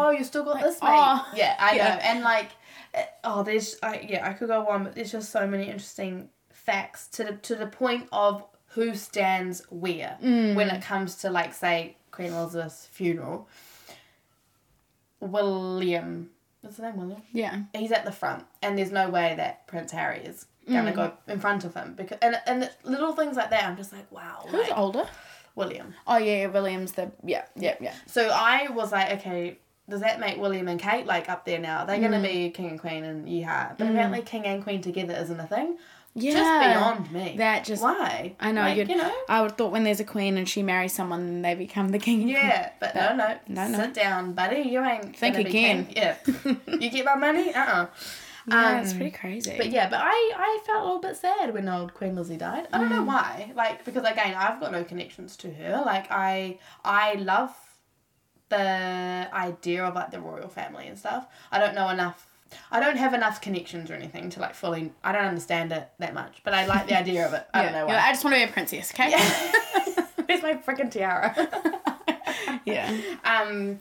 S1: Oh, you still got this, mate.
S2: oh.
S1: yeah, I
S2: Yeah.
S1: know. And like, eh, oh, there's, I yeah, I could go on, but there's just so many interesting facts to the to the point of who stands where
S2: Mm.
S1: when it comes to like say Queen Elizabeth's funeral. William, what's his name? William.
S2: Yeah.
S1: He's at the front, and there's no way that Prince Harry is gonna
S2: Mm.
S1: go in front of him because and and little things like that. I'm just like, wow,
S2: Who's
S1: like,
S2: older?
S1: William.
S2: Oh yeah, yeah, William's the yeah, yeah, yeah.
S1: So I was like, okay, does that make William and Kate like up there now? They're
S2: Mm.
S1: gonna be king and queen and yeehaw. But apparently, king and queen together isn't a thing.
S2: Yeah.
S1: Just beyond me.
S2: That just
S1: why?
S2: I know
S1: Like,
S2: you'd,
S1: you know.
S2: I would thought when there's a queen and she marries someone, they become the king. and
S1: Yeah, but no, no,
S2: no, no.
S1: Sit down, buddy. You ain't
S2: Think
S1: gonna be
S2: again.
S1: king. Yeah, you get my money. Uh.
S2: queen.
S1: uh
S2: Yeah, it's pretty crazy.
S1: But yeah, but I, I felt a little bit sad when old Queen Lizzie died. I don't
S2: Mm.
S1: know why. Like because again, I've got no connections to her. Like I I love the idea of like the royal family and stuff. I don't know enough. I don't have enough connections or anything to like fully. I don't understand it that much, but I like the idea of it. I
S2: Yeah,
S1: don't know
S2: you're
S1: why.
S2: like, I just want to be a princess, okay?
S1: Where's my freaking tiara?
S2: yeah.
S1: um,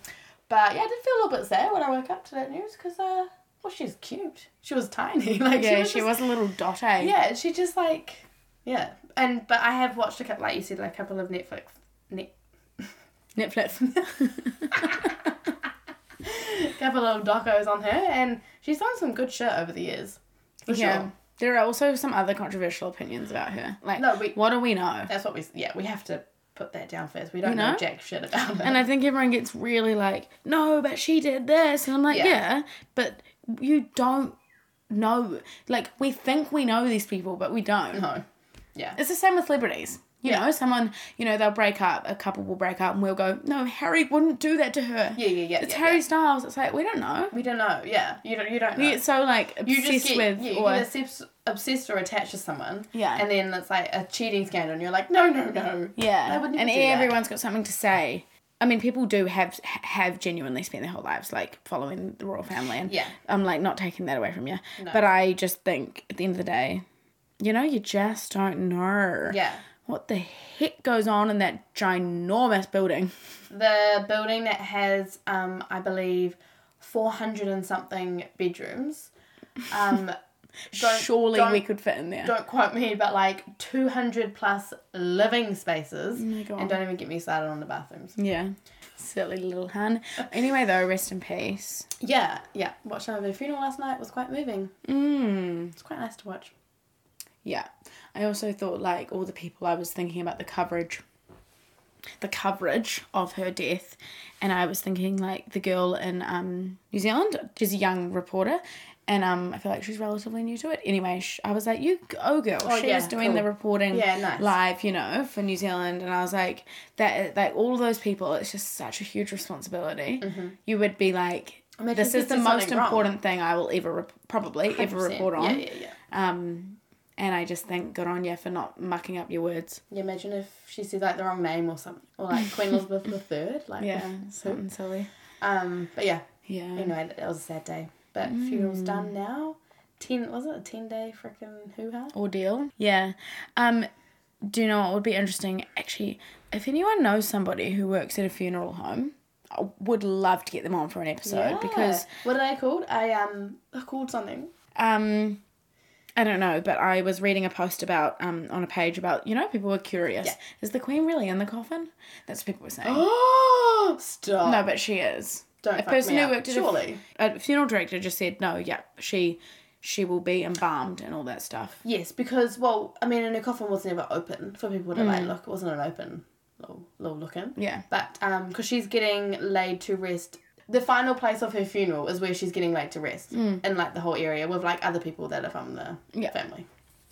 S1: but yeah, I did feel a little bit sad when I woke up to that news because uh, well, she's cute. She was tiny. Like
S2: Yeah, she was,
S1: just-
S2: a little dot, eh?
S1: Yeah, she just like yeah, and but I have watched a couple, like you said, like a couple of Netflix. Net,
S2: Netflix.
S1: couple of docos on her, and she's done some good shit over the years. For
S2: yeah.
S1: sure.
S2: There are also some other controversial opinions about her. Like,
S1: No, we-
S2: what do we know?
S1: That's what we. Yeah, we have to put that down first. We don't
S2: You
S1: know?
S2: know?
S1: jack shit about her.
S2: And I think everyone gets really like, no, but she did this. And I'm like, yeah,
S1: Yeah.
S2: but you don't know. Like, we think we know these people, but we don't.
S1: no. Yeah.
S2: It's the same with celebrities. You know, someone, you know, they'll break up, a couple will break up, and we'll go, no, Harry wouldn't do that to her.
S1: Yeah, yeah, yeah,
S2: It's
S1: yeah,
S2: Harry Styles. It's like, we don't know.
S1: We don't know. Yeah, you don't. You don't know.
S2: We get so, like,
S1: you
S2: obsessed
S1: just get,
S2: with.
S1: yeah, you
S2: or,
S1: get obsessed, obsessed or attached to someone.
S2: Yeah.
S1: And then it's like a cheating scandal, and you're like, no, no, no. I
S2: Yeah,
S1: would never
S2: and
S1: do that.
S2: everyone's got something to say. I mean, people do have have genuinely spent their whole lives like following the royal family, and
S1: Yeah.
S2: I'm like not taking that away from you. But I just think at the end of the day, you know, you just don't know.
S1: Yeah.
S2: What the heck goes on in that ginormous building?
S1: the building that has um i believe 400 and something bedrooms um don't-
S2: Surely we
S1: don't-
S2: could fit in there.
S1: don't quote me but like 200 plus living spaces
S2: Oh my God.
S1: and don't even get me started on the bathrooms
S2: Yeah. Silly little hun. Anyway, though, rest in peace.
S1: yeah yeah watched another funeral last night was quite moving
S2: Mm.
S1: it's quite nice to watch
S2: Yeah. I also thought like all the people I was thinking about the coverage the coverage of her death and I was thinking like the girl in um New Zealand she's a young reporter and um I feel like she's relatively new to it anyway sh I was like you go girl she
S1: Oh, yeah,
S2: was doing the
S1: cool.
S2: reporting
S1: Yeah, nice.
S2: live you know for New Zealand and I was like that like all of those people it's just such a huge responsibility you would be like
S1: Imagine
S2: this is
S1: Mm-hmm. if you
S2: the
S1: did
S2: most
S1: something wrong.
S2: important thing I will ever rep- probably ever report on
S1: yeah yeah yeah
S2: um, and I just think good on you for not mucking up your words.
S1: you imagine if she said like the wrong name or something or like queen elizabeth the third like so,
S2: something silly.
S1: um but yeah
S2: Yeah.
S1: Anyway, that was a sad day. But
S2: Mm.
S1: funeral's done now. Ten was it a ten day freaking hoo ha?
S2: Ordeal. Yeah. Um, do you know what would be interesting? Actually, if anyone knows somebody who works at a funeral home, I would love to get them on for an episode Uh, because
S1: what are they called? I um I called something.
S2: um I don't know, but I was reading a post about um on a page about you know people were curious. Is the Queen really in the coffin? That's what people were saying.
S1: Oh, stop!
S2: No, but she is.
S1: Don't
S2: a
S1: fuck
S2: person
S1: me
S2: who
S1: up.
S2: worked at
S1: Surely.
S2: A, a funeral director just said no. Yep, she she will be embalmed and all that stuff.
S1: Yes, because well, I mean, and her coffin was never open for people to like look. It wasn't an open little, little looking.
S2: Mm. Yeah.
S1: But um, because she's getting laid to rest. The final place of her funeral is where she's getting laid to rest, in like the whole area with like other people that are from the
S2: Mm. Yeah.
S1: family.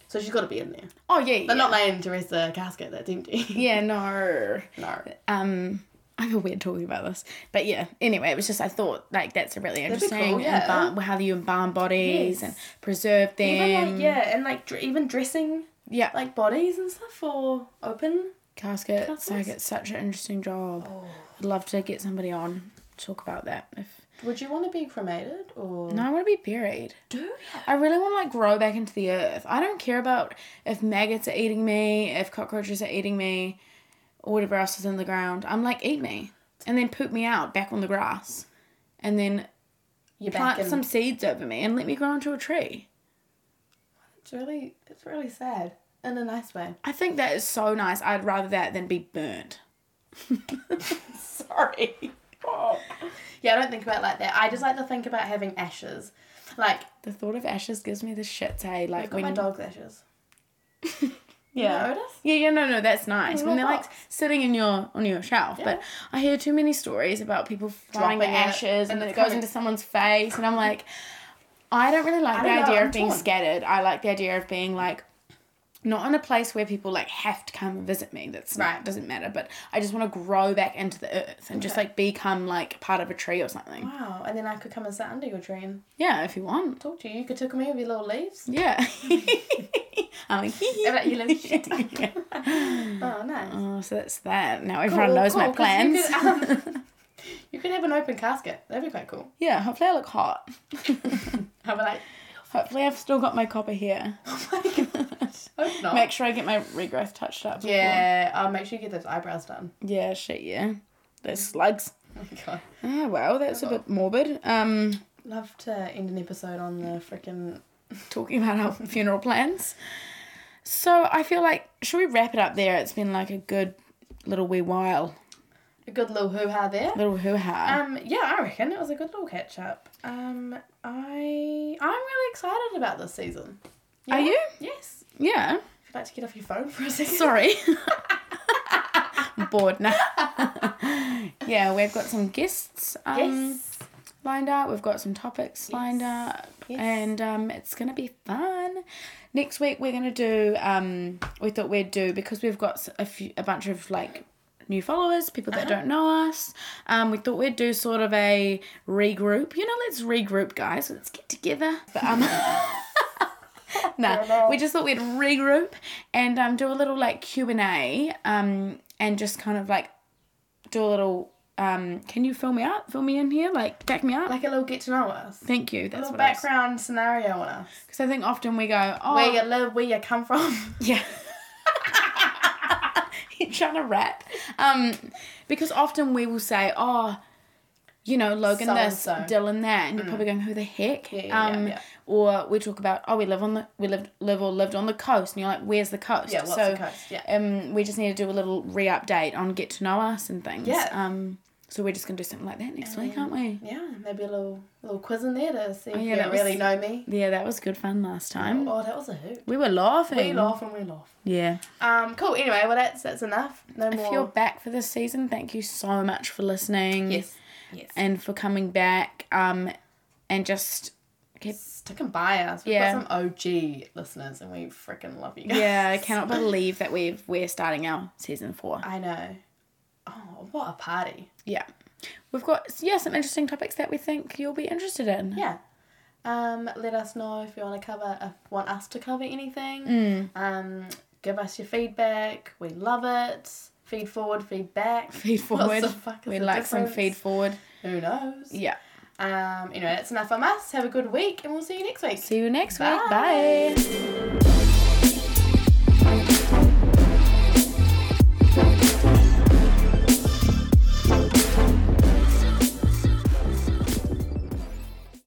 S1: So she's got to be in there,
S2: Oh yeah. yeah.
S1: but not laying to rest the casket that's empty.
S2: yeah no.
S1: no.
S2: Um, I feel weird talking about this, but yeah. Anyway, it was just I thought like that's a really
S1: be cool,
S2: interesting
S1: yeah.
S2: embalm, how you embalm bodies
S1: Yes.
S2: and preserve them.
S1: Even like yeah, and like dr- even dressing
S2: yeah. Like
S1: like bodies and stuff for open.
S2: casket. It's like
S1: Caskets.
S2: it's such an interesting job.
S1: Oh.
S2: I'd love to get somebody on to talk about that. If
S1: Would you want to be cremated or
S2: no, I want to be buried.
S1: do? you?
S2: I really want to like grow back into the earth. I don't care about if maggots are eating me, if cockroaches are eating me, or whatever else is in the ground. I'm like, eat me, and then poop me out back on the grass, and then
S1: You're back
S2: plant
S1: in.
S2: some seeds over me and let me grow into a tree.
S1: It's really it's really sad in a nice way.
S2: I think that is so nice. I'd rather that than be burnt.
S1: Sorry. Yeah, I don't think about it like that. I just like to think about having ashes. Like
S2: The thought of ashes gives me the shits. Hey,
S1: I've
S2: like
S1: got oh my
S2: when
S1: dog's ashes.
S2: yeah.
S1: You know, Otis?
S2: Yeah, yeah, no, no, that's nice.
S1: In
S2: When
S1: your
S2: they're like
S1: box.
S2: sitting in your on your shelf, but I hear too many stories about people throwing the
S1: Dropping it,
S2: ashes and,
S1: and
S2: then it
S1: it's
S2: goes
S1: coming-
S2: into someone's face, and I'm like, I don't really like
S1: I
S2: the
S1: don't know,
S2: idea
S1: I'm
S2: of being
S1: torn.
S2: scattered. I like the idea of being like. Not in a place where people like have to come and visit me. That's right.
S1: Right.
S2: doesn't matter. But I just want to grow back into the earth and just
S1: Okay.
S2: like become like part of a tree or something.
S1: Wow. And then I could come and sit under your tree and
S2: Yeah, if you want.
S1: talk to you. You could tickle me with your little leaves.
S2: Yeah. I'm like, hee hee.
S1: About your little shit.
S2: Yeah.
S1: Oh nice.
S2: Oh, so that's that. Now everyone
S1: Cool,
S2: knows my
S1: Oh, cool, 'cause
S2: plans.
S1: you could, um, You could have an open casket. That'd be quite cool.
S2: Yeah, hopefully I look hot.
S1: I'd be like,
S2: Hopefully I've still got my copper hair.
S1: oh my gosh. Hope not.
S2: Make sure I get my regrowth touched up. before-
S1: yeah, I'll make sure you get those eyebrows done.
S2: Yeah, shit, yeah. Those slugs.
S1: Oh my god.
S2: Oh, well, that's a bit morbid. Um,
S1: Love to end an episode on the freaking
S2: talking about our funeral plans. So I feel like, should we wrap it up there? It's been like a good little wee while.
S1: a good little hoo ha there.
S2: Little hoo-ha.
S1: Um, yeah, I reckon it was a good little catch up. Um, I I'm really excited about this season.
S2: Are you?
S1: Yes.
S2: Yeah.
S1: If you'd like to get off your phone for a second.
S2: Sorry. I'm bored now. yeah, we've got some guests. Um,
S1: yes.
S2: lined up. We've got some topics lined up,
S1: Yes.
S2: and um, it's gonna be fun. Next week we're gonna do. Um, we thought we'd do because we've got s- a few, a bunch of like new followers, people that don't know us. Um, we thought we'd do sort of a regroup. You know, let's regroup, guys. Let's get together. But um. Nah, we just thought we'd regroup and um, do a little like Q and A um, and just kind of like do a little um, can you fill me up, fill me in here, like back me up,
S1: Like a little get to know us.
S2: Thank you.
S1: A
S2: That's
S1: little
S2: what background.
S1: background scenario on us.
S2: Because I think often we go, oh,
S1: Where you live, where you come from.
S2: yeah. You're trying to rap. Um, because often we will say, oh, you know, Logan this,
S1: So-and-so. Mm.
S2: Dylan that, and you're probably going, who the heck?
S1: Yeah, yeah, yeah,
S2: um,
S1: yeah.
S2: Or we talk about, oh, we live on the, we lived, live or lived on the coast, and you're like, where's the coast?
S1: Yeah, what's
S2: so,
S1: the coast? Yeah.
S2: Um, we just need to do a little re-update on get to know us and things.
S1: Yeah. Mm.
S2: Um, so we're just gonna do something like that next week, aren't we?
S1: Yeah, maybe a little little quiz in there to see if
S2: Oh, yeah,
S1: you
S2: that was-
S1: really know me.
S2: Yeah, that was good fun last time.
S1: Oh, that was a hoot.
S2: We were laughing.
S1: We laugh and we laugh.
S2: Yeah.
S1: Um, cool. Anyway, well that's that's enough. No more.
S2: If you're back for this season, thank you so much for listening.
S1: Yes. Yes.
S2: mm. And for coming back. Um, and just keep.
S1: Stick and by us. We've
S2: Yeah.
S1: got some OG listeners and we freaking love you guys.
S2: Yeah, I cannot believe that we've we're starting our season four.
S1: I know. Oh, what a party.
S2: Yeah, we've got yeah some interesting topics that we think you'll be interested in.
S1: Yeah. Um, let us know if you want to cover, if you want us to cover anything.
S2: Mm.
S1: Um, give us your feedback. We love it. Feed forward, feed back.
S2: Feed
S1: What
S2: forward.
S1: the fuck is
S2: We'd
S1: the
S2: like some
S1: difference?
S2: feed forward.
S1: Who knows?
S2: Yeah.
S1: Um, anyway, that's enough from us. Have a good week, and we'll see you next week.
S2: See you next week.
S1: Bye.
S2: Bye.